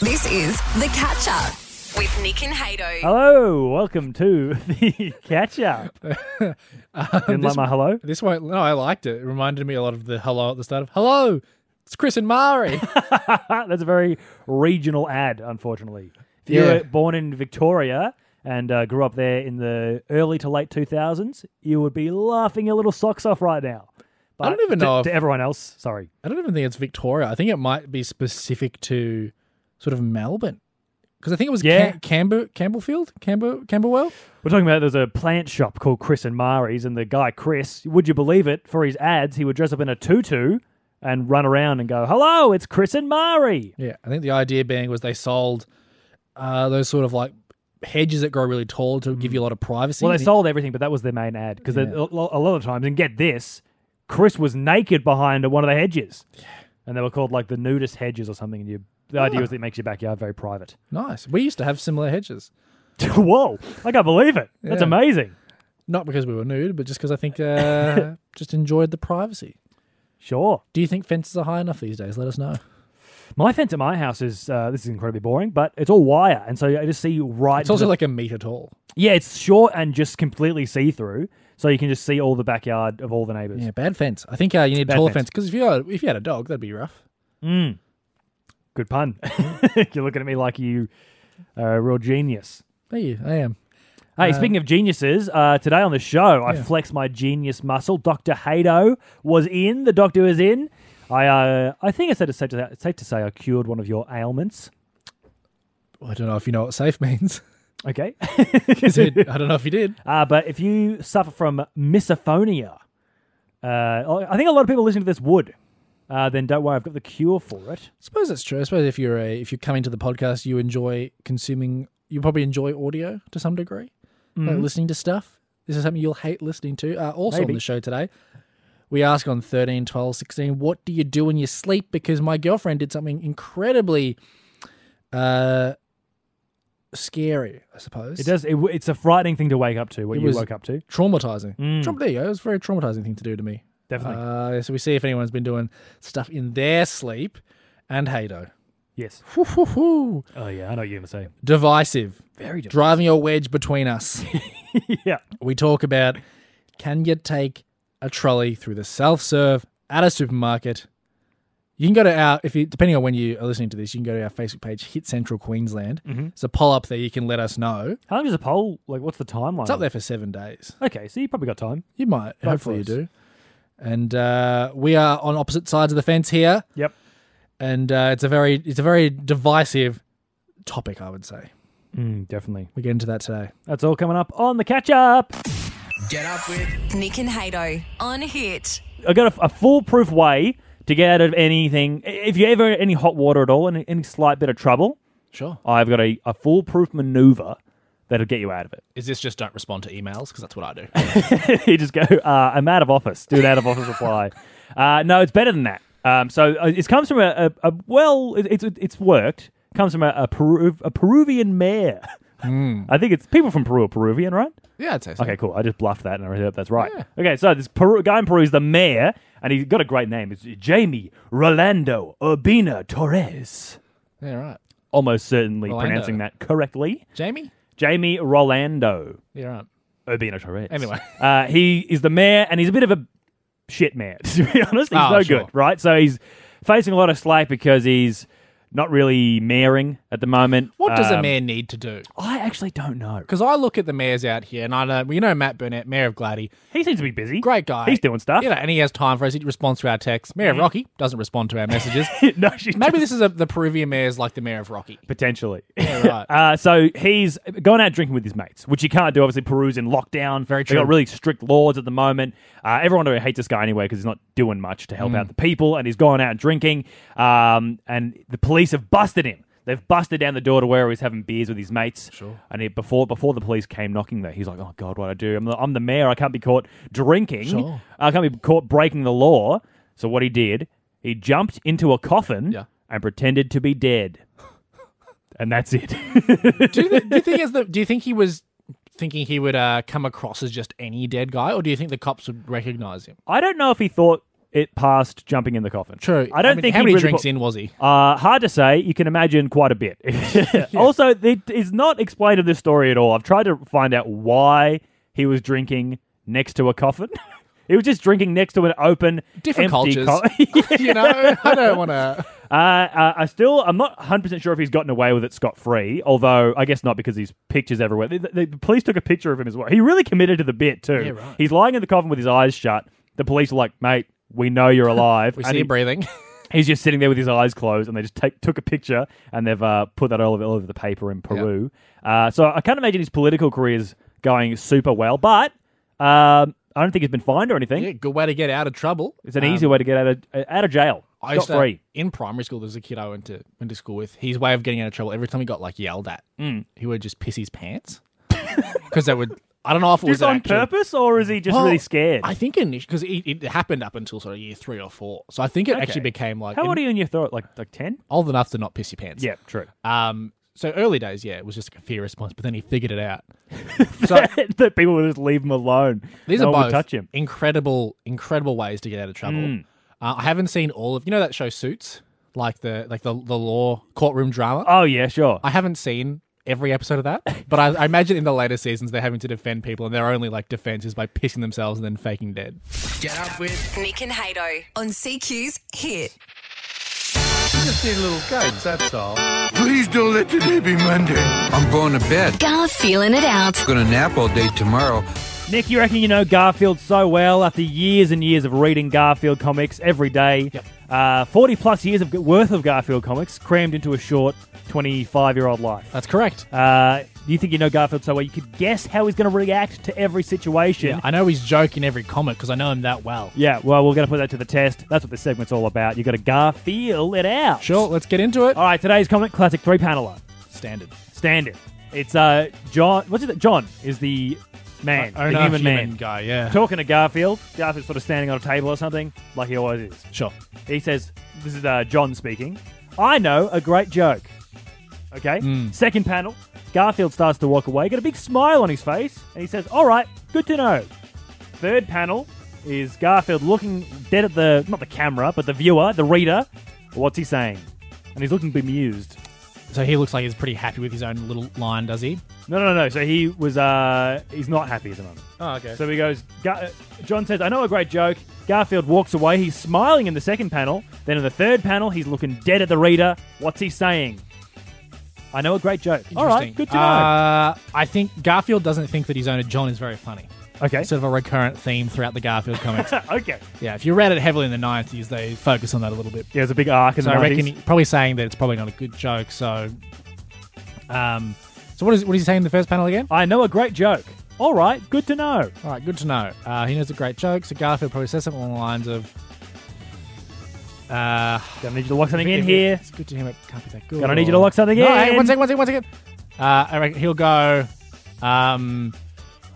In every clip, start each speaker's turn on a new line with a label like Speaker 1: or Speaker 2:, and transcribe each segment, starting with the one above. Speaker 1: This is The Catch Up with Nick and Hato.
Speaker 2: Hello, welcome to the catch up. Didn't like my hello?
Speaker 3: Uh, This won't. No, I liked it. It reminded me a lot of the hello at the start of hello. It's Chris and Mari.
Speaker 2: Ah, That's a very regional ad, unfortunately. If you
Speaker 3: Yeah.
Speaker 2: were born in Victoria and uh, grew up there in the early to late 2000s, you would be laughing your little socks off right now. But
Speaker 3: I don't even
Speaker 2: to-
Speaker 3: know if-
Speaker 2: to everyone else, sorry.
Speaker 3: I don't even think it's Victoria. I think it might be specific to sort of Melbourne because I think it was
Speaker 2: Yeah.
Speaker 3: Cam- Camber Campbellfield, Camber Camberwell.
Speaker 2: We're talking about there's a plant shop called Chris and Mari's, and the guy Chris, would you believe it? For his ads, he would dress up in a tutu and run around and go, "Hello, it's Chris and Mari."
Speaker 3: Yeah, I think the idea being was they sold uh, those sort of like hedges that grow really tall to give you a lot of privacy.
Speaker 2: Mm. Well, they
Speaker 3: The-
Speaker 2: sold everything, but that was their main ad because a lo- a lot of times, and get this, Chris was naked behind one of the hedges, and they were called like the nudist hedges or something. And you, the
Speaker 3: Ah.
Speaker 2: idea was that it makes your backyard very private.
Speaker 3: nice. We used to have similar hedges,
Speaker 2: Whoa, I can't believe it. That's
Speaker 3: Yeah.
Speaker 2: amazing.
Speaker 3: not because we were nude, but just because I think uh, just enjoyed the privacy.
Speaker 2: Sure.
Speaker 3: Do you think fences are high enough these days? Let us know.
Speaker 2: My fence at my house is uh, this is incredibly boring, but it's all wire, and so I just see you right.
Speaker 3: It's
Speaker 2: into
Speaker 3: also
Speaker 2: the-
Speaker 3: like a meter tall.
Speaker 2: Yeah, it's short and just completely see through, so you can just see all the backyard of all the neighbours.
Speaker 3: Yeah, bad fence. I think uh, you need a
Speaker 2: Bad
Speaker 3: taller
Speaker 2: fence.
Speaker 3: fence because if you had, if you had a dog, that'd be rough.
Speaker 2: Mm. Good pun. You're looking at me like you are a real genius.
Speaker 3: There you, I am.
Speaker 2: Hey, speaking of geniuses, uh, today on the show, I flexed my genius muscle. Dr. Hato was in. The doctor was in. I uh, I think it's said it's safe, to, it's safe to say I cured one of your ailments.
Speaker 3: Well, I don't know if you know what safe means.
Speaker 2: Okay.
Speaker 3: Is it- I don't know if you did.
Speaker 2: Uh, but if you suffer from misophonia, uh, I think a lot of people listening to this would. Uh, then don't worry, I've got the cure for it.
Speaker 3: suppose that's true. I suppose if you're a, if you're coming to the podcast, you enjoy consuming. You probably enjoy audio to some degree, like listening to stuff. This is something you'll hate listening to. Uh, also
Speaker 2: Mm-hmm. Maybe.
Speaker 3: on the show today, we ask on 13, 12, 16, what do you do when you sleep? Because my girlfriend did something incredibly uh, scary, I suppose.
Speaker 2: It does. It, w- it's a frightening thing to wake up to. What
Speaker 3: It
Speaker 2: you
Speaker 3: was-
Speaker 2: woke up to,
Speaker 3: traumatizing.
Speaker 2: Mm.
Speaker 3: Traum- there you go. It was a very traumatizing thing to do to me.
Speaker 2: definitely.
Speaker 3: Uh, so we see if anyone's been doing stuff in their sleep. And Hado.
Speaker 2: yes.
Speaker 3: Whoo, whoo, whoo.
Speaker 2: Oh yeah, I know what you're gonna say.
Speaker 3: Divisive.
Speaker 2: Very divisive.
Speaker 3: Driving a wedge between us.
Speaker 2: yeah.
Speaker 3: we talk about can you take a trolley through the self serve at a supermarket? You can go to our, if you, depending on when you are listening to this, you can go to our Facebook page, Hit Central Queensland.
Speaker 2: Mm-hmm.
Speaker 3: There's a poll up there. You can let us know.
Speaker 2: How long does a poll? Like, what's the timeline?
Speaker 3: It's up there for seven days.
Speaker 2: Okay, so you probably got time.
Speaker 3: You might.
Speaker 2: Vote
Speaker 3: hopefully
Speaker 2: for
Speaker 3: you
Speaker 2: us.
Speaker 3: do. And uh, we are on opposite sides of the fence here.
Speaker 2: Yep.
Speaker 3: and uh, it's a very it's a very divisive topic, I would say.
Speaker 2: Mm, definitely.
Speaker 3: We get into that today.
Speaker 2: That's all coming up on the catch up.
Speaker 4: Get up with
Speaker 1: Nick and Hato on Hit.
Speaker 2: I got a, a foolproof way to get out of anything. If you ever in any hot water at all, and any slight bit of trouble,
Speaker 3: Sure.
Speaker 2: I've got a, a foolproof maneuver that'll get you out of it.
Speaker 3: Is this just don't respond to emails because that's what I do?
Speaker 2: you just go, uh, I'm out of office. Do an out of office reply. Uh, no, it's better than that. Um, so uh, it comes from a, a, a well, it, it's it's worked. Comes from a, a, Peru, a Peruvian mayor. I think it's people from Peru are Peruvian, right?
Speaker 3: yeah, I'd say so.
Speaker 2: Okay, cool. I just bluffed that and I hope that's right. Okay, so this Peru, guy in Peru is the mayor, and he's got a great name. It's Jamie Rolando Urbina Torres.
Speaker 3: Yeah, right.
Speaker 2: Almost certainly
Speaker 3: Rolando.
Speaker 2: pronouncing that correctly.
Speaker 3: Jamie.
Speaker 2: Jamie Rolando.
Speaker 3: Yeah, right.
Speaker 2: Urbino Torres.
Speaker 3: Anyway.
Speaker 2: uh, he is the mayor, and he's a bit of a shit mayor. To be honest, he's
Speaker 3: Oh,
Speaker 2: no
Speaker 3: sure.
Speaker 2: good, right? So he's facing a lot of slack because he's not really mayoring at the moment.
Speaker 3: What does a
Speaker 2: Um,
Speaker 3: mayor need to do?
Speaker 2: I actually don't know.
Speaker 3: Because I look at the mayors out here, and I know well, you know Matt Burnett, mayor of Gladie,
Speaker 2: He seems to be busy.
Speaker 3: great guy.
Speaker 2: He's doing stuff.
Speaker 3: You know, and he has time for us. He responds to our texts. Mayor of Rocky doesn't respond to our messages.
Speaker 2: no, she
Speaker 3: Maybe this is a, the Peruvian mayor's like the mayor of Rocky.
Speaker 2: potentially.
Speaker 3: Yeah, right.
Speaker 2: Uh, so he's going out drinking with his mates, which you can't do. Obviously, Peru's in lockdown. Very
Speaker 3: true.
Speaker 2: They've got really strict laws at the moment. Uh, everyone really hates this guy anyway because he's not doing much to help
Speaker 3: Mm.
Speaker 2: out the people, and he's going out drinking. Um, and the police have busted him. They've busted down the door to where he was having beers with his mates. Sure. And he, before before the police came knocking there, he's like, "Oh God, what do I do? I'm the, I'm the mayor. I can't be caught drinking.
Speaker 3: Sure.
Speaker 2: I can't be caught breaking the law." So what he did, he jumped into a coffin
Speaker 3: Yeah.
Speaker 2: and pretended to be dead. And that's it.
Speaker 3: do, you think, do you think as the do you think he was thinking he would uh, come across as just any dead guy, or do you think the cops would recognize him?
Speaker 2: I don't know if he thought it passed jumping in the coffin.
Speaker 3: True.
Speaker 2: I don't
Speaker 3: mean,
Speaker 2: think
Speaker 3: how
Speaker 2: he
Speaker 3: many
Speaker 2: really
Speaker 3: drinks
Speaker 2: put-
Speaker 3: in was he?
Speaker 2: Uh, hard to say. You can imagine quite a bit. Also, it is not explained in this story at all. I've tried to find out why he was drinking next to a coffin. he was just drinking next to an open,
Speaker 3: Different
Speaker 2: empty
Speaker 3: cultures.
Speaker 2: co-
Speaker 3: you know, I don't want to.
Speaker 2: uh, uh, I still, I'm not 100 percent sure if he's gotten away with it scot free. Although I guess not because his pictures everywhere. The, the- the police took a picture of him as well. He really committed to the bit too.
Speaker 3: Yeah, right.
Speaker 2: He's lying in the coffin with his eyes shut. The police are like, "Mate, we know you're alive."
Speaker 3: We
Speaker 2: And
Speaker 3: see
Speaker 2: he-
Speaker 3: him breathing.
Speaker 2: He's just sitting there with his eyes closed, and they just take, took a picture, and they've uh, put that all over, all over the paper in Peru. Uh, so I can't imagine his political career's going super well, but um, I don't think he's been fined or anything.
Speaker 3: yeah, good way to get out of trouble.
Speaker 2: It's an easy way to get out of uh, out of jail.
Speaker 3: I
Speaker 2: Scot
Speaker 3: used to,
Speaker 2: free.
Speaker 3: in primary school, there was a kid I went to went to school with. His way of getting out of trouble every time he got like yelled at,
Speaker 2: Mm.
Speaker 3: he would just piss his pants because that would. I don't know if it was
Speaker 2: Just
Speaker 3: an
Speaker 2: on
Speaker 3: actual-
Speaker 2: purpose, or is he just
Speaker 3: Well,
Speaker 2: really scared?
Speaker 3: I think initially because it, it happened up until sort of year three or four, so I think it
Speaker 2: Okay.
Speaker 3: actually became like
Speaker 2: How
Speaker 3: in-
Speaker 2: old are you in your throat? Like like ten?
Speaker 3: old enough to not piss your pants.
Speaker 2: Yeah, true.
Speaker 3: Um. So early days, yeah, it was just like a fear response, but then he figured it out. so
Speaker 2: that people would just leave him alone.
Speaker 3: These
Speaker 2: no
Speaker 3: are
Speaker 2: one
Speaker 3: both
Speaker 2: would touch him. Mm.
Speaker 3: incredible, incredible ways to get out of trouble. Uh, I haven't seen all of you know that show Suits, like the like the the law courtroom drama.
Speaker 2: Oh yeah, sure.
Speaker 3: I haven't seen every episode of that, but I, I imagine in the later seasons they're having to defend people, and their only like defense is by pissing themselves and then faking dead.
Speaker 4: Get up with.
Speaker 1: Nick and Hato on CQ's Hit.
Speaker 5: Just need a little guidance, that's all.
Speaker 4: Please don't let today be Monday. I'm going to bed.
Speaker 6: Gar feeling it out.
Speaker 4: Gonna nap all day tomorrow.
Speaker 2: Nick, you reckon you know Garfield so well after years and years of reading Garfield comics every day.
Speaker 3: Yep.
Speaker 2: Uh, 40 plus years of worth of Garfield comics crammed into a short 25 year old life.
Speaker 3: That's correct.
Speaker 2: Uh, you think you know Garfield so well you could guess how he's going to react to every situation.
Speaker 3: I know he's joking every comic because I know him that well.
Speaker 2: Yeah, well, we're going to put that to the test. That's what this segment's all about. you got to Garfield it out.
Speaker 3: Sure, let's get into it.
Speaker 2: All right, today's comic classic three paneler.
Speaker 3: Standard.
Speaker 2: Standard. It's uh, John. What's it? John is the man,
Speaker 3: Uh, Owner,
Speaker 2: the human, man.
Speaker 3: guy. Yeah.
Speaker 2: Talking to Garfield. Garfield's sort of standing on a table or something, like he always is.
Speaker 3: Sure.
Speaker 2: He says, This is uh, John speaking. I know a great joke. Okay. Second panel. Garfield starts to walk away, got a big smile on his face, and he says, All right, good to know. Third panel is Garfield looking dead at the, not the camera, but the viewer, the reader. What's he saying? And he's looking bemused.
Speaker 3: So he looks like he's pretty happy with his own little line, does he?
Speaker 2: No, no, no. So he was, uh, he's not happy at the moment.
Speaker 3: Oh, okay.
Speaker 2: So he goes, Gar- uh, John says, I know a great joke. Garfield walks away. He's smiling in the second panel. Then in the third panel, he's looking dead at the reader. What's he saying? I know a great joke. All right,
Speaker 3: Interesting.
Speaker 2: good to know.
Speaker 3: Uh, I think Garfield doesn't think that his owner John is very funny.
Speaker 2: okay.
Speaker 3: It's sort of a recurrent theme throughout the Garfield comics.
Speaker 2: okay.
Speaker 3: yeah, if you read it heavily in the nineties, they focus on that a little bit.
Speaker 2: Yeah, there's a big arc in
Speaker 3: So
Speaker 2: the
Speaker 3: I reckon
Speaker 2: 90s.
Speaker 3: he- probably saying that it's probably not a good joke. So, um, so what is what is he saying in the first panel again?
Speaker 2: I know a great joke. All right, good to know.
Speaker 3: All right, good to know. Uh, he knows a great joke. So Garfield probably says something along the lines of, uh,
Speaker 2: Gonna need you to lock something in
Speaker 3: if-
Speaker 2: here.
Speaker 3: It's good to him. It can't be that good.
Speaker 2: Gonna need you to lock something
Speaker 3: No, hey,
Speaker 2: in.
Speaker 3: one second, one second, one second. Uh, I reckon he'll go. Um,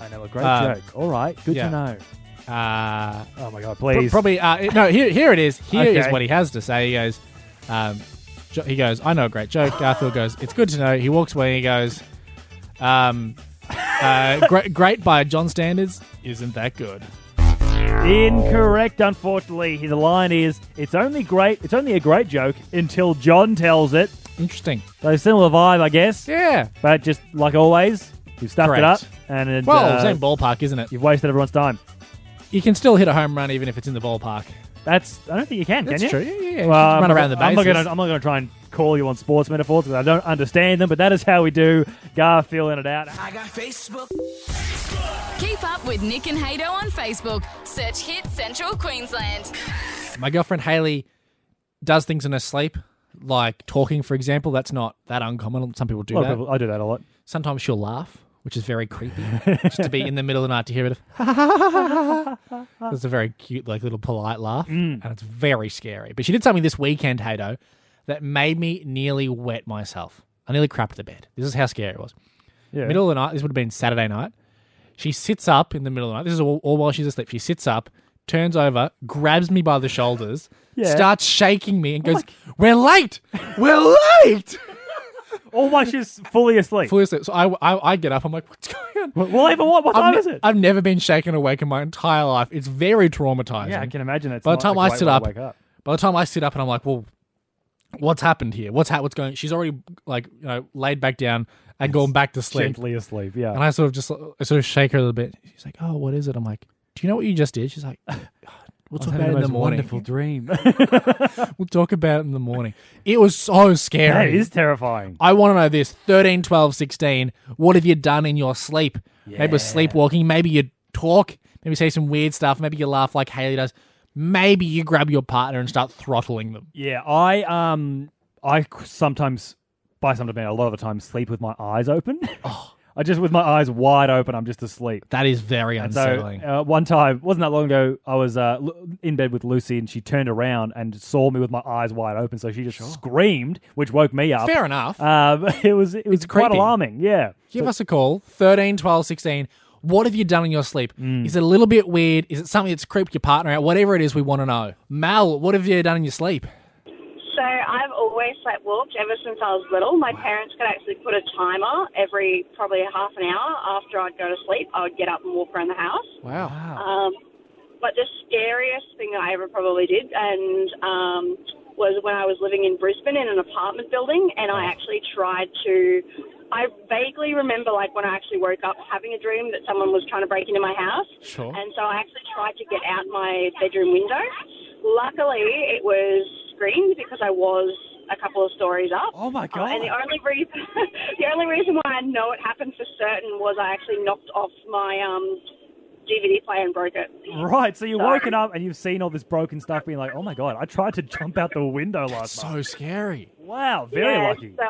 Speaker 2: I know a great
Speaker 3: Uh,
Speaker 2: joke. Um, All right, good
Speaker 3: yeah.
Speaker 2: to know.
Speaker 3: uh,
Speaker 2: Oh my god,
Speaker 3: Pro-
Speaker 2: please.
Speaker 3: Probably uh, it- no. Here, here it is. Here is
Speaker 2: Okay.
Speaker 3: what he has to say. He goes, um, jo- he goes. I know a great joke. Garfield goes. It's good to know. He walks away. and He goes, um, uh, great, great by John standards. Isn't that good?
Speaker 2: Incorrect, unfortunately. The line is, "It's only great. It's only a great joke until John tells it."
Speaker 3: Interesting.
Speaker 2: So similar vibe, I guess.
Speaker 3: Yeah.
Speaker 2: But just like always, you've stuffed it up
Speaker 3: Correct.
Speaker 2: and it,
Speaker 3: Well,
Speaker 2: uh,
Speaker 3: same ballpark, isn't it?
Speaker 2: you've wasted everyone's time.
Speaker 3: You can still hit a home run even if it's in the ballpark.
Speaker 2: That's I don't think you can, can
Speaker 3: That's
Speaker 2: you?
Speaker 3: true. Yeah, yeah, yeah. You
Speaker 2: Well,
Speaker 3: just run
Speaker 2: I'm-
Speaker 3: around the bases.
Speaker 2: I'm not gonna I'm not gonna try and call you on sports metaphors because I don't understand them, but that is how we do Garfield in it out.
Speaker 5: I got Facebook.
Speaker 6: Keep up with Nick and Hato on Facebook. Search Hit Central Queensland.
Speaker 3: My girlfriend Haley does things in her sleep, like talking, for example. That's not that uncommon. Some people do
Speaker 2: A lot of
Speaker 3: that.
Speaker 2: people- I do that a lot.
Speaker 3: Sometimes she'll laugh, which is very creepy. just to be in the middle of the night to hear it. It's a very cute, like little polite laugh,
Speaker 2: Mm.
Speaker 3: and it's very scary. But she did something this weekend, Hato, that made me nearly wet myself. I nearly crapped the bed. This is how scary it was.
Speaker 2: Yeah.
Speaker 3: Middle of the night. This would have been Saturday night. She sits up in the middle of the night. This is all, all while she's asleep. She sits up, turns over, grabs me by the shoulders,
Speaker 2: Yeah. Oh
Speaker 3: starts shaking me, and goes, "We're late. We're late."
Speaker 2: all while she's fully asleep.
Speaker 3: Fully asleep. So I, I, I get up. I'm like, what's going on?
Speaker 2: well, even what? What
Speaker 3: I've
Speaker 2: time
Speaker 3: ne-
Speaker 2: is it?
Speaker 3: I've never been shaken awake in my entire life. It's very traumatizing.
Speaker 2: yeah, I can imagine it's
Speaker 3: By the
Speaker 2: not
Speaker 3: time
Speaker 2: a
Speaker 3: I
Speaker 2: great
Speaker 3: sit
Speaker 2: way to
Speaker 3: up,
Speaker 2: wake up.
Speaker 3: by the time I sit up and I'm like, well, what's happened here? What's ha- what's going? She's already like you know laid back down and gone back to sleep.
Speaker 2: Gently asleep. Yeah.
Speaker 3: And I sort of just I sort of shake her a little bit. She's like, oh, what is it? I'm like, do you know what you just did? She's like, we'll talk about it in the morning.
Speaker 2: Wonderful dream.
Speaker 3: We'll talk about it in the morning. It was so
Speaker 2: that
Speaker 3: scary.
Speaker 2: is terrifying.
Speaker 3: I want to know this 13, 12, 16. What have you done in your sleep? Maybe you're sleepwalking. Maybe you talk. Maybe you say some weird stuff. Maybe you laugh like Haley does. Maybe you grab your partner and start throttling them.
Speaker 2: Yeah, I um, I c- sometimes, by sometimes I mean a lot of the time, sleep with my eyes open.
Speaker 3: Oh.
Speaker 2: I just with my eyes wide open, I'm just asleep.
Speaker 3: That is very
Speaker 2: And so
Speaker 3: unsettling.
Speaker 2: uh, one time, wasn't that long ago, I was uh, l- in bed with Lucy, and she turned around and saw me with my eyes wide open. So she just screamed, which woke me up.
Speaker 3: Fair enough.
Speaker 2: Um, it was it was quite
Speaker 3: creepy.
Speaker 2: alarming. Yeah.
Speaker 3: Give us a call 13, 12, 16. What have you done in your sleep?
Speaker 2: Mm.
Speaker 3: Is it a little bit weird? Is it something that's creeped your partner out? Whatever it is, we want to know. Mal, what have you done in your sleep?
Speaker 7: So I've always slept walked ever since I was little. My parents could actually put a timer every probably half an hour after I'd go to sleep. I would get up and walk around the house.
Speaker 3: Wow.
Speaker 7: Um, but the scariest thing that I ever probably did and um, was when I was living in Brisbane in an apartment building, and
Speaker 2: Oh.
Speaker 7: I actually tried to. I vaguely remember, like when I actually woke up, having a dream that someone was trying to break into my house.
Speaker 3: Sure.
Speaker 7: And so I actually tried to get out my bedroom window. Luckily, it was screened because I was a couple of stories up.
Speaker 2: Oh my
Speaker 7: Uh, and the only reason, the only reason why I know it happened for certain was I actually knocked off my um, DVD player and broke it.
Speaker 2: Right, so you're woken up and you've seen all this broken stuff, being like, "Oh my god, I tried to jump out the window last night."
Speaker 3: So scary.
Speaker 2: Wow, very
Speaker 7: Yeah,
Speaker 2: lucky.
Speaker 7: So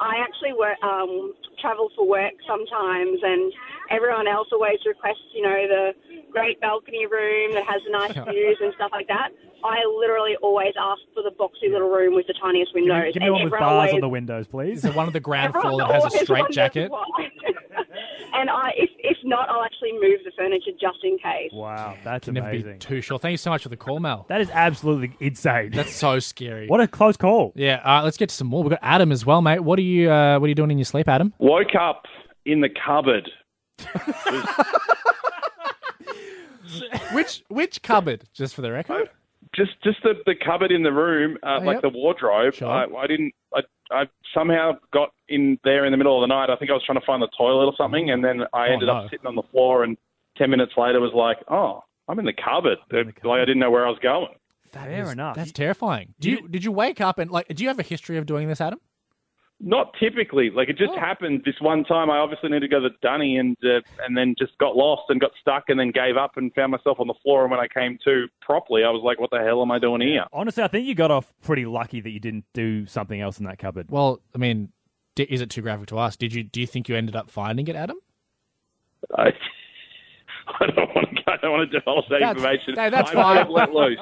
Speaker 7: I actually work, um, travel for work sometimes, and everyone else always requests, you know, the great balcony room that has the nice views and stuff like that. I literally always ask for the boxy little room with the tiniest
Speaker 2: Give
Speaker 7: windows.
Speaker 2: me, give me
Speaker 7: and
Speaker 2: one with
Speaker 7: everyone
Speaker 2: bars
Speaker 7: always,
Speaker 2: on the windows, please.
Speaker 3: Is it one of the ground floor
Speaker 7: everyone
Speaker 3: that has a
Speaker 7: always
Speaker 3: straight
Speaker 7: wonders
Speaker 3: jacket?
Speaker 7: why. and I, if, if not, I'll actually move the furniture just in case.
Speaker 2: Wow, that's
Speaker 3: Can never be
Speaker 2: amazing.
Speaker 3: too sure. Thank you so much for the call, Mal.
Speaker 2: That is absolutely insane.
Speaker 3: That's so scary.
Speaker 2: what a close call.
Speaker 3: Yeah, all right, let's get to some more. We've got Adam as well, mate. What are you uh, what are you doing in your sleep, Adam?
Speaker 8: Woke up in the cupboard.
Speaker 3: Which which cupboard, just for the record?
Speaker 8: Just just the, the cupboard in the room, uh,
Speaker 3: Oh,
Speaker 8: like
Speaker 3: yep.
Speaker 8: the wardrobe.
Speaker 3: Sure.
Speaker 8: I, I didn't. I, I somehow got in there in the middle of the night. I think I was trying to find the toilet or something, and then I
Speaker 3: Oh,
Speaker 8: ended
Speaker 3: no.
Speaker 8: up sitting on the floor. And ten minutes later, was like, oh, I'm in the cupboard. Like I didn't know where I was going.
Speaker 2: Fair enough.
Speaker 3: That's terrifying. Do you did you wake up and like do you have a history of doing this, Adam?
Speaker 8: Not typically. Like it just
Speaker 3: Oh.
Speaker 8: happened this one time. I obviously needed to go to Dunny and uh, and then just got lost and got stuck and then gave up and found myself on the floor. And when I came to properly, I was like, "What the hell am I doing here?"
Speaker 2: Honestly, I think you got off pretty lucky that you didn't do something else in that cupboard.
Speaker 3: Well, I mean, di- is it too graphic to ask? Did you do you think you ended up finding it, Adam?
Speaker 8: I, I don't want to. I don't want to divulge that
Speaker 3: That's-
Speaker 8: information.
Speaker 3: no, that's
Speaker 8: I might have
Speaker 3: fine.
Speaker 8: Let loose.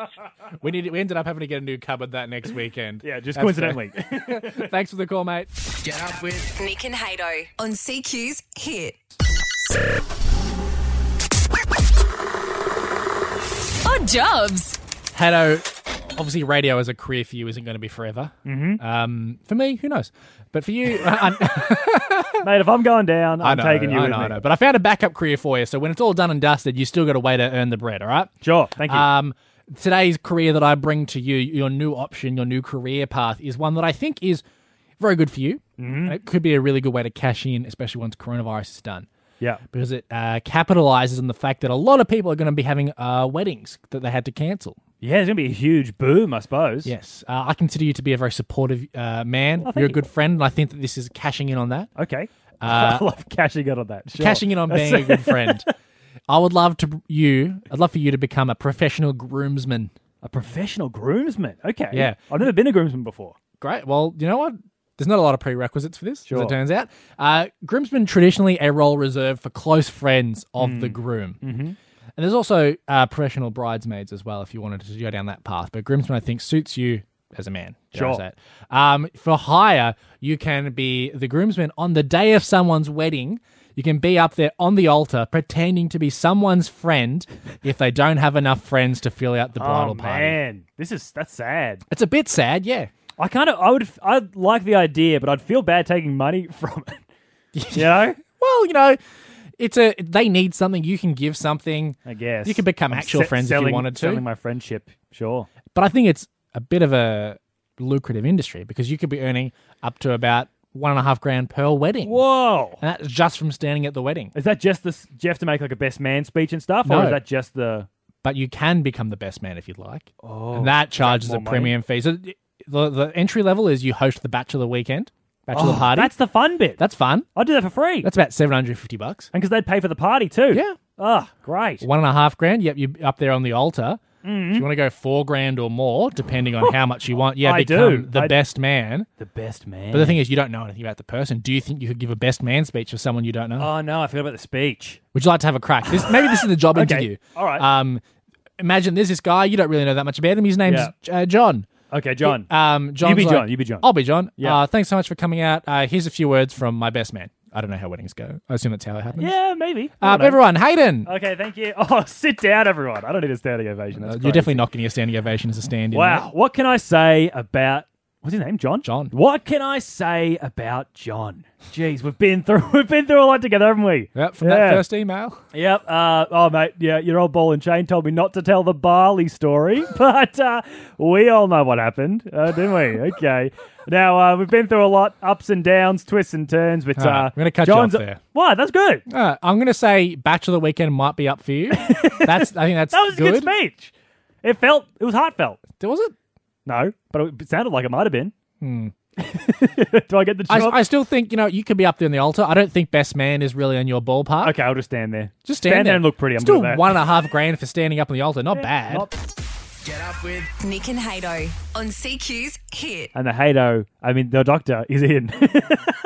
Speaker 3: We needed we ended up having to get a new cupboard that next weekend.
Speaker 2: Yeah, just
Speaker 3: That's
Speaker 2: coincidentally.
Speaker 3: fair. Thanks for the call, mate.
Speaker 4: Get up with
Speaker 1: Nick and Hato on CQ's Hit.
Speaker 6: Odd jobs.
Speaker 3: Hello. Obviously, radio as a career for you isn't going to be forever. Mm-hmm. Um, for me, who knows? But for you, I-
Speaker 2: Mate, if I'm going down, I'm
Speaker 3: know,
Speaker 2: taking you
Speaker 3: I
Speaker 2: with
Speaker 3: know,
Speaker 2: me.
Speaker 3: I know. But I found a backup career for you. So when it's all done and dusted, you still got a way to earn the bread. All right.
Speaker 2: Sure, thank you.
Speaker 3: Um, today's career that I bring to you, your new option, your new career path, is one that I think is very good for you.
Speaker 2: Mm-hmm.
Speaker 3: And it could be a really good way to cash in, especially once coronavirus is done.
Speaker 2: yeah.
Speaker 3: Because it uh, capitalizes on the fact that a lot of people are going to be having uh, weddings that they had to cancel.
Speaker 2: Yeah, there's going to be a huge boom, I suppose.
Speaker 3: Yes. Uh, I consider you to be a very supportive uh, man.
Speaker 2: thank
Speaker 3: You're a
Speaker 2: you.
Speaker 3: good friend, and I think that this is cashing in on that.
Speaker 2: Okay.
Speaker 3: Uh,
Speaker 2: I love cashing in on that. Sure.
Speaker 3: cashing in on being a good friend. I would love to you. I'd love for you to become a professional groomsman.
Speaker 2: A professional groomsman. Okay.
Speaker 3: Yeah.
Speaker 2: I've never been a groomsman before.
Speaker 3: Great. Well, you know what? There's not a lot of prerequisites for this, as
Speaker 2: Sure.
Speaker 3: it turns out. Uh, groomsmen traditionally a role reserved for close friends of
Speaker 2: Hmm.
Speaker 3: the groom, mm-hmm. and there's also uh, professional bridesmaids as well. If you wanted to go down that path, but groomsman I think suits you as a man. dare I
Speaker 2: Sure.
Speaker 3: say it. Um, for hire, you can be the groomsman on the day of someone's wedding. You can be up there on the altar pretending to be someone's friend if they don't have enough friends to fill out the bridal
Speaker 2: oh,
Speaker 3: party.
Speaker 2: man. This is, that's sad.
Speaker 3: It's a bit sad, yeah.
Speaker 2: I kind of I would I would like the idea, but I'd feel bad taking money from it. You know,
Speaker 3: Well, you know, it's a they need something. You can give something.
Speaker 2: I guess
Speaker 3: You could become actual
Speaker 2: se-
Speaker 3: friends if you
Speaker 2: selling,
Speaker 3: wanted to.
Speaker 2: Selling my friendship, sure.
Speaker 3: But I think it's a bit of a lucrative industry because you could be earning up to about one and a half grand per wedding.
Speaker 2: Whoa,
Speaker 3: And that's just from standing at the wedding.
Speaker 2: is that just this? Do you have to make like a best man speech and stuff, or
Speaker 3: No.
Speaker 2: is that just the?
Speaker 3: But you can become the best man if you'd like. Oh, and that charges
Speaker 2: more
Speaker 3: a
Speaker 2: money?
Speaker 3: premium fee. So the, the entry level is you host the bachelor weekend, bachelor
Speaker 2: Oh,
Speaker 3: party.
Speaker 2: That's the fun bit.
Speaker 3: that's fun.
Speaker 2: I'd do that for free.
Speaker 3: That's about 750 bucks.
Speaker 2: and because they'd pay for the party too.
Speaker 3: Yeah.
Speaker 2: Oh, great.
Speaker 3: One and a half grand. Yep, you're up there on the altar.
Speaker 2: Mm-hmm.
Speaker 3: If you want to go four grand or more, depending on how much you want, yeah,
Speaker 2: I
Speaker 3: become
Speaker 2: do.
Speaker 3: the
Speaker 2: I-
Speaker 3: best man.
Speaker 2: The best man.
Speaker 3: But the thing is, you don't know anything about the person. Do you think you could give a best man speech for someone you don't know?
Speaker 2: oh no, I forgot about the speech.
Speaker 3: Would you like to have a crack? This, maybe this is the job
Speaker 2: Okay,
Speaker 3: interview.
Speaker 2: all right.
Speaker 3: Um, imagine there's this guy you don't really know that much about him. His name's uh, John.
Speaker 2: Okay, John.
Speaker 3: Um, John's
Speaker 2: be
Speaker 3: like,
Speaker 2: John, you be John.
Speaker 3: I'll be John.
Speaker 2: Yeah.
Speaker 3: Uh, thanks so much for coming out. Uh, here's a few words from my best man. I don't know how weddings go. I assume that's how it happens.
Speaker 2: yeah, maybe. I
Speaker 3: Uh,
Speaker 2: don't know.
Speaker 3: everyone, Hayden.
Speaker 2: Okay, thank you. Oh, sit down, everyone. I don't need a standing ovation.
Speaker 3: Uh,
Speaker 2: That's
Speaker 3: you're
Speaker 2: crazy.
Speaker 3: definitely not getting a standing ovation as a stand-in.
Speaker 2: Wow. What can I say about what's his name? John.
Speaker 3: John.
Speaker 2: What can I say about John? Jeez, we've been through we've been through a lot together, haven't we?
Speaker 3: Yep, from
Speaker 2: Yeah.
Speaker 3: that first email.
Speaker 2: Yep. Uh, oh, mate. Yeah, your old ball and chain told me not to tell the barley story, but uh, we all know what happened, uh, didn't we? Okay. Now uh, we've been through a lot, ups and downs, twists and turns. But uh,
Speaker 3: All right, I'm gonna cut you off
Speaker 2: John's
Speaker 3: there.
Speaker 2: Why? That's good. That
Speaker 3: Uh, I'm gonna say Bachelor Weekend might be up for you. That's I think that's
Speaker 2: was a good speech. It felt. It was heartfelt.
Speaker 3: Was it?
Speaker 2: No, but it- it sounded like it might have been. Do I get the
Speaker 3: Hmm. I,
Speaker 2: job?
Speaker 3: I still think you know you could be up there on the altar. I don't think best man is really on your ballpark.
Speaker 2: okay, I'll just stand there.
Speaker 3: Just stand,
Speaker 2: there and look pretty. I'm
Speaker 3: Still
Speaker 2: good at that.
Speaker 3: one and a half grand for standing up on the altar. Not bad.
Speaker 2: Not-
Speaker 1: Nick and Hato on CQ's Hit.
Speaker 2: and the Hado, I mean, the doctor is in.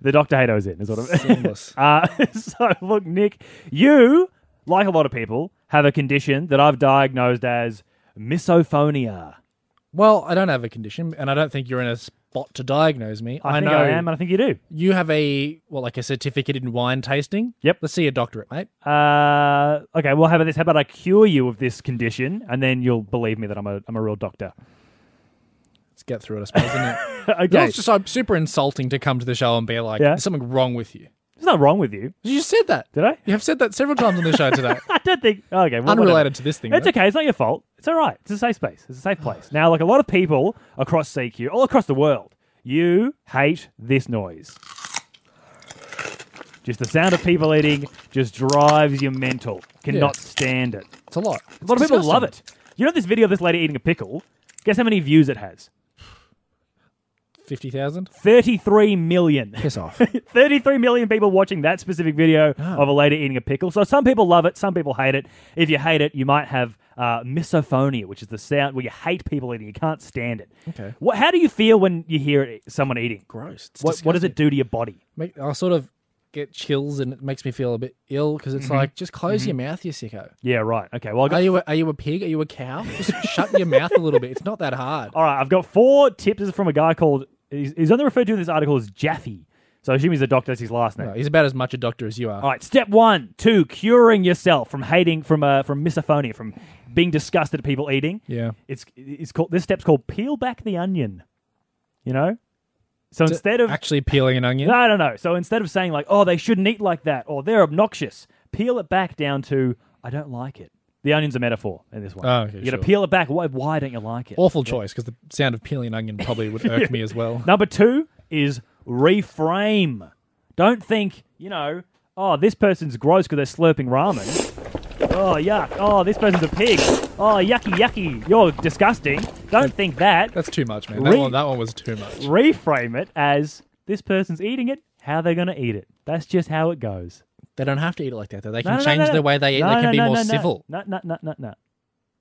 Speaker 2: the doctor Hado is in, is what I mean.
Speaker 3: Seamless.
Speaker 2: Uh, so, look, Nick, you, like a lot of people, have a condition that I've diagnosed as misophonia.
Speaker 3: Well, I don't have a condition, and I don't think you're in a spot to diagnose me.
Speaker 2: I, think
Speaker 3: know
Speaker 2: I am, and I think you do.
Speaker 3: you have a well, like a certificate in wine tasting.
Speaker 2: Yep.
Speaker 3: Let's see a doctorate, mate.
Speaker 2: Uh, okay, well, how about this? How about I cure you of this condition, and then you'll believe me that I'm a, I'm a real doctor.
Speaker 3: Let's get through it, I suppose. Isn't it?
Speaker 2: okay.
Speaker 3: It's just uh, super insulting to come to the show and be like,
Speaker 2: Yeah.
Speaker 3: "There's something wrong with you."
Speaker 2: There's nothing wrong with you.
Speaker 3: You just said that.
Speaker 2: Did I?
Speaker 3: You have said that several times on the show today.
Speaker 2: I don't think. Okay, well,
Speaker 3: Unrelated
Speaker 2: whatever.
Speaker 3: to this thing,
Speaker 2: It's
Speaker 3: though.
Speaker 2: okay. It's not your fault. It's all right. It's a safe space. It's a safe place. now, like a lot of people across CQ, all across the world, you hate this noise. Just the sound of people eating just drives you mental. Cannot stand it.
Speaker 3: It's a lot.
Speaker 2: A lot of people love it. You know this video of this lady eating a pickle. Guess how many views it has?
Speaker 3: Fifty thousand.
Speaker 2: Thirty-three million.
Speaker 3: Piss off.
Speaker 2: 33 million people watching that specific video of a lady eating a pickle. So some people love it, some people hate it. If you hate it, you might have uh, misophonia, which is the sound where you hate people eating. You can't stand it.
Speaker 3: Okay.
Speaker 2: What, how do you feel when you hear it, someone eating?
Speaker 3: Gross. It's
Speaker 2: What, what does it do to your body?
Speaker 3: Make, I sort of get chills and it makes me feel a bit ill because
Speaker 2: Mm-hmm.
Speaker 3: it's like just close your mouth, you sicko.
Speaker 2: Yeah, right. Okay. Well, I
Speaker 3: Are
Speaker 2: got,
Speaker 3: you a, are you a pig? Are you a cow? Just shut your mouth a little bit. It's not that hard.
Speaker 2: all right. I've got four tips. This is from a guy called. He's, he's only referred to in this article as Jaffe. So I assume he's a doctor. That's his last name.
Speaker 3: No, Oh, he's about as much a doctor as you are.
Speaker 2: All right, step one, two, curing yourself from hating from uh, from misophonia, from being disgusted at people eating.
Speaker 3: Yeah.
Speaker 2: it's it's called this step's called peel back the onion. You know, so
Speaker 3: Is it
Speaker 2: instead of
Speaker 3: actually peeling an onion,
Speaker 2: I don't know, so instead of saying like, oh, they shouldn't eat like that, or they're obnoxious, peel it back down to I don't like it. The onion's a metaphor in this one.
Speaker 3: Oh, okay,
Speaker 2: you got to
Speaker 3: sure.
Speaker 2: peel it back. Why, why don't you like it?
Speaker 3: awful choice because the sound of peeling an onion probably would irk me as well.
Speaker 2: Number two is reframe. Don't think, you know, oh, this person's gross because they're slurping ramen. Oh, yuck. Oh, this person's a pig. Oh, yucky, yucky. You're disgusting. Don't think that.
Speaker 3: That's too much, man. That
Speaker 2: Re-
Speaker 3: one, that one was too much.
Speaker 2: Reframe it as this person's eating it, how they're going to eat it. That's just how it goes.
Speaker 3: They don't have to eat it like that though. They
Speaker 2: No, no,
Speaker 3: can
Speaker 2: no,
Speaker 3: change
Speaker 2: no.
Speaker 3: the way they eat.
Speaker 2: No,
Speaker 3: they can
Speaker 2: no,
Speaker 3: be
Speaker 2: no,
Speaker 3: more
Speaker 2: no, no.
Speaker 3: civil.
Speaker 2: No, no, no, no, no.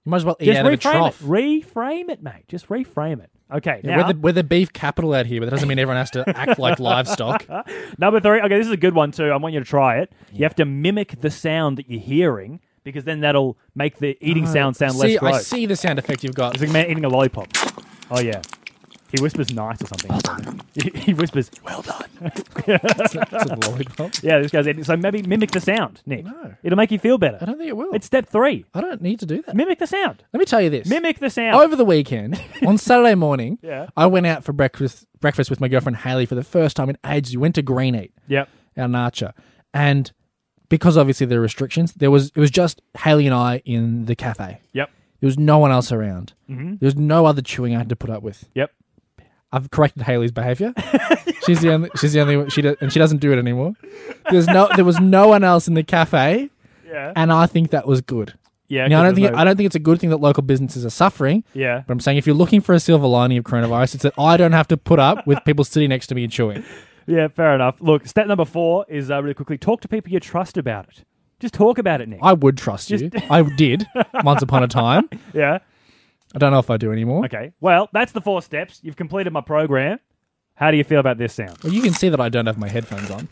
Speaker 3: You might as well eat
Speaker 2: Just
Speaker 3: out of a
Speaker 2: reframe
Speaker 3: trough.
Speaker 2: it. Reframe it, mate. Just reframe it. Okay.
Speaker 3: Yeah,
Speaker 2: now,
Speaker 3: we're, the, we're the beef capital out here, but that doesn't mean everyone has to act like livestock.
Speaker 2: Number three. Okay, this is a good one too. I want you to try it. You have to mimic the sound that you're hearing because then that'll make the eating sound sound
Speaker 3: Oh.
Speaker 2: less
Speaker 3: see,
Speaker 2: gross.
Speaker 3: I see the sound effect you've got.
Speaker 2: It's like a man eating a lollipop. Oh yeah. He whispers nice or something. Well done. He, he whispers, well done.
Speaker 3: It's a lollipop.
Speaker 2: Yeah, this guy's. So maybe mimic the sound, Nick.
Speaker 3: No.
Speaker 2: It'll make you feel better.
Speaker 3: I don't think it will.
Speaker 2: It's step three.
Speaker 3: I don't need to do that.
Speaker 2: Mimic the sound.
Speaker 3: Let me tell you this.
Speaker 2: Mimic the sound.
Speaker 3: Over the weekend, on Saturday morning,
Speaker 2: Yeah.
Speaker 3: I went out for breakfast breakfast with my girlfriend Haley for the first time in ages. We went to Green Eat,
Speaker 2: Yep.
Speaker 3: our nacha, and because obviously there are restrictions, there was it was just Haley and I in the cafe.
Speaker 2: Yep.
Speaker 3: There was no one else around. There was no other chewing I had to put up with.
Speaker 2: Yep.
Speaker 3: I've corrected Haley's behaviour. she's the only. She's the only. one- She do, and she doesn't do it anymore. There's no. There was no one else in the cafe,
Speaker 2: Yeah.
Speaker 3: and I think that was good.
Speaker 2: Yeah.
Speaker 3: Now, I
Speaker 2: 'cause
Speaker 3: don't
Speaker 2: there's
Speaker 3: think
Speaker 2: no-
Speaker 3: I don't think it's a good thing that local businesses are suffering.
Speaker 2: Yeah.
Speaker 3: But I'm saying if you're looking for a silver lining of coronavirus, it's that I don't have to put up with people sitting next to me and chewing.
Speaker 2: Yeah, fair enough. Look, step number four is uh, really quickly talk to people you trust about it. Just talk about it, Nick.
Speaker 3: I would trust you. I did once upon a time.
Speaker 2: yeah.
Speaker 3: I don't know if I do anymore.
Speaker 2: Okay. Well, that's the four steps. You've completed my program. How do you feel about this sound?
Speaker 3: Well, you can see that I don't have my headphones on.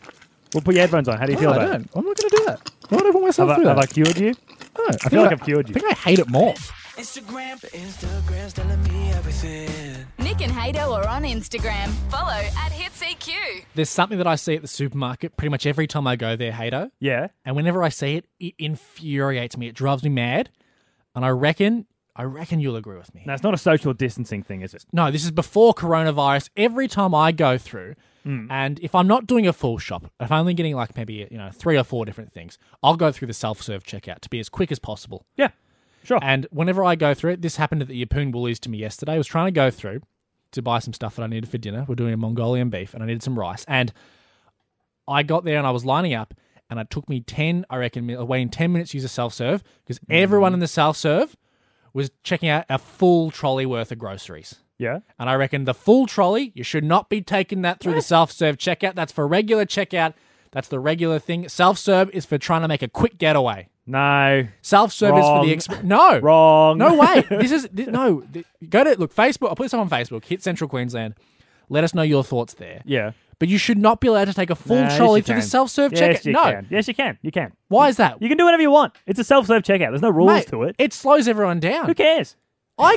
Speaker 2: We'll put your headphones on. How do you feel
Speaker 3: No, Oh, I
Speaker 2: about it?
Speaker 3: don't. I'm not going to do that. Why would I put myself
Speaker 2: Have I,
Speaker 3: through
Speaker 2: have I
Speaker 3: that?
Speaker 2: cured you?
Speaker 3: No, I,
Speaker 2: feel like
Speaker 3: I-
Speaker 2: I've cured you.
Speaker 3: I think I hate it more.
Speaker 9: Instagram, Instagram's telling me everything.
Speaker 6: Nick and Hato are on Instagram. Follow at HitsEQ.
Speaker 3: There's something that I see at the supermarket pretty much every time I go there, Hater.
Speaker 2: Yeah.
Speaker 3: And whenever I see it, it infuriates me. It drives me mad. And I reckon, I reckon you'll agree with me.
Speaker 2: Now, it's not a social distancing thing, is it?
Speaker 3: No, this is before coronavirus. Every time I go through, and if I'm not doing a full shop, if I'm only getting like maybe you know three or four different things, I'll go through the self-serve checkout to be as quick as possible.
Speaker 2: Yeah. Sure.
Speaker 3: And whenever I go through it, this happened at the Yapoon Woolies to me yesterday. I was trying to go through to buy some stuff that I needed for dinner. We're doing a Mongolian beef, and I needed some rice. And I got there and I was lining up, and it took me ten, I reckon, mi- waiting ten minutes to use a self-serve because everyone in the self-serve was checking out a full trolley worth of groceries.
Speaker 2: yeah.
Speaker 3: And I reckon the full trolley, you should not be taking that through the self serve checkout. That's for regular checkout. That's the regular thing. Self serve is for trying to make a quick getaway.
Speaker 2: No.
Speaker 3: Self serve is for
Speaker 2: Wrong.
Speaker 3: the exp- no
Speaker 2: Wrong.
Speaker 3: No way. This is thi- no. Th- Go to look Facebook. I'll put this up on Facebook. Hit Central Queensland. Let us know your thoughts there.
Speaker 2: Yeah.
Speaker 3: But you should not be allowed to take a full
Speaker 2: Nah, yes,
Speaker 3: trolley
Speaker 2: you
Speaker 3: through the
Speaker 2: can.
Speaker 3: self serve
Speaker 2: yes,
Speaker 3: checkout.
Speaker 2: You
Speaker 3: no.
Speaker 2: Can. Yes, you can. You can.
Speaker 3: Why is that?
Speaker 2: You can do whatever you want. It's a self serve checkout. There's no rules
Speaker 3: Mate,
Speaker 2: to it.
Speaker 3: It slows everyone down.
Speaker 2: Who cares?
Speaker 3: I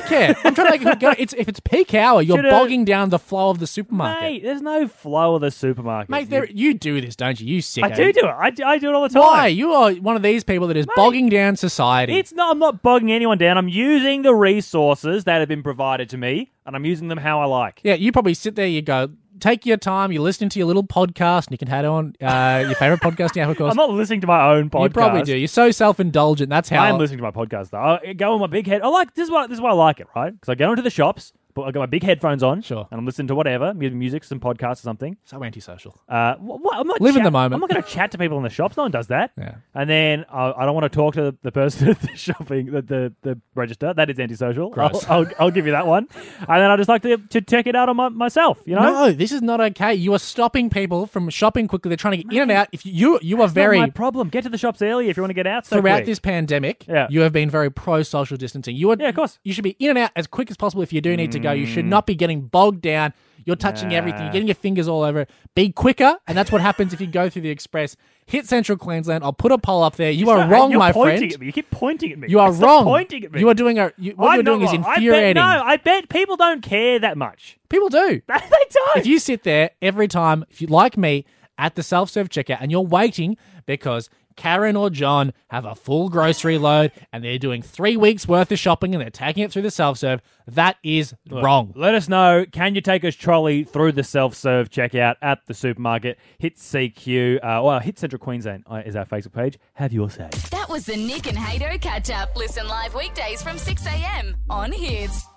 Speaker 3: care. I'm trying to make a quick getaway. It's, if it's peak hour, you're
Speaker 2: Should've-
Speaker 3: bogging down the flow of the supermarket.
Speaker 2: Mate, there's no flow of the supermarket.
Speaker 3: Mate, there, you do this, don't you? You sick.
Speaker 2: I do do it. I, do- I do it all the time.
Speaker 3: Why? You are one of these people that is bogging down society.
Speaker 2: It's not. I'm not bugging anyone down. I'm using the resources that have been provided to me, and I'm using them how I like.
Speaker 3: yeah, you probably sit there, you go, take your time, you listen to your little podcast, Nick and Hat on, uh, your favorite podcast now, of course.
Speaker 2: I'm not listening to my own podcast.
Speaker 3: you probably do. You're so self indulgent. That's how.
Speaker 2: I am listening to my podcast though. I go on my big head. I like this is why this is why I like it, right? Because I go into the shops, but I got my big headphones on,
Speaker 3: Sure.
Speaker 2: and I'm listening to whatever mu- music, some podcast or something.
Speaker 3: so antisocial.
Speaker 2: Uh, wh- what, I'm not
Speaker 3: Live in
Speaker 2: chat-
Speaker 3: the moment.
Speaker 2: I'm not going to chat to people in the shops. No one does that.
Speaker 3: Yeah.
Speaker 2: And then I I don't want to talk to the person at the shopping, the the, the register. That is antisocial. I'll,
Speaker 3: Gross.
Speaker 2: I'll, I'll give you that one. And then I just like to, to check it out on my, myself. You know,
Speaker 3: No, this is not okay. You are stopping people from shopping quickly. They're trying to get in and out. If you you, you are
Speaker 2: It's not
Speaker 3: very
Speaker 2: my problem. Get to the shops early if you want to get out. So
Speaker 3: throughout
Speaker 2: quick.
Speaker 3: this pandemic,
Speaker 2: Yeah.
Speaker 3: you have been very pro social distancing. You are,
Speaker 2: Yeah, of course. Mm.
Speaker 3: You should be in and out as quick as possible if you do need to go. You should not be getting bogged down. You're touching everything. You're getting your fingers all over. it. Be quicker, and that's what happens if you go through the express. Hit Central Queensland. I'll put a poll up there. You
Speaker 2: So,
Speaker 3: are
Speaker 2: hey,
Speaker 3: wrong,
Speaker 2: you're
Speaker 3: my
Speaker 2: pointing
Speaker 3: friend.
Speaker 2: At me. You keep pointing at me.
Speaker 3: You are
Speaker 2: Stop
Speaker 3: wrong.
Speaker 2: Pointing at me.
Speaker 3: You are doing a. You, what
Speaker 2: I'm
Speaker 3: you're doing
Speaker 2: not
Speaker 3: is
Speaker 2: wrong.
Speaker 3: infuriating.
Speaker 2: I bet, no, I bet people don't care that much.
Speaker 3: People do.
Speaker 2: they don't.
Speaker 3: if you sit there every time, if you like me at the self-serve checkout and you're waiting because Karen or John have a full grocery load and they're doing three weeks worth of shopping and they're taking it through the self-serve, that is wrong.
Speaker 2: Let us know. Can you take us trolley through the self-serve checkout at the supermarket? Hit CQ uh, or hit Central Queensland uh, is our Facebook page. Have your say.
Speaker 6: That was the Nick and Hato catch up. Listen live weekdays from 6 a.m. on Hits.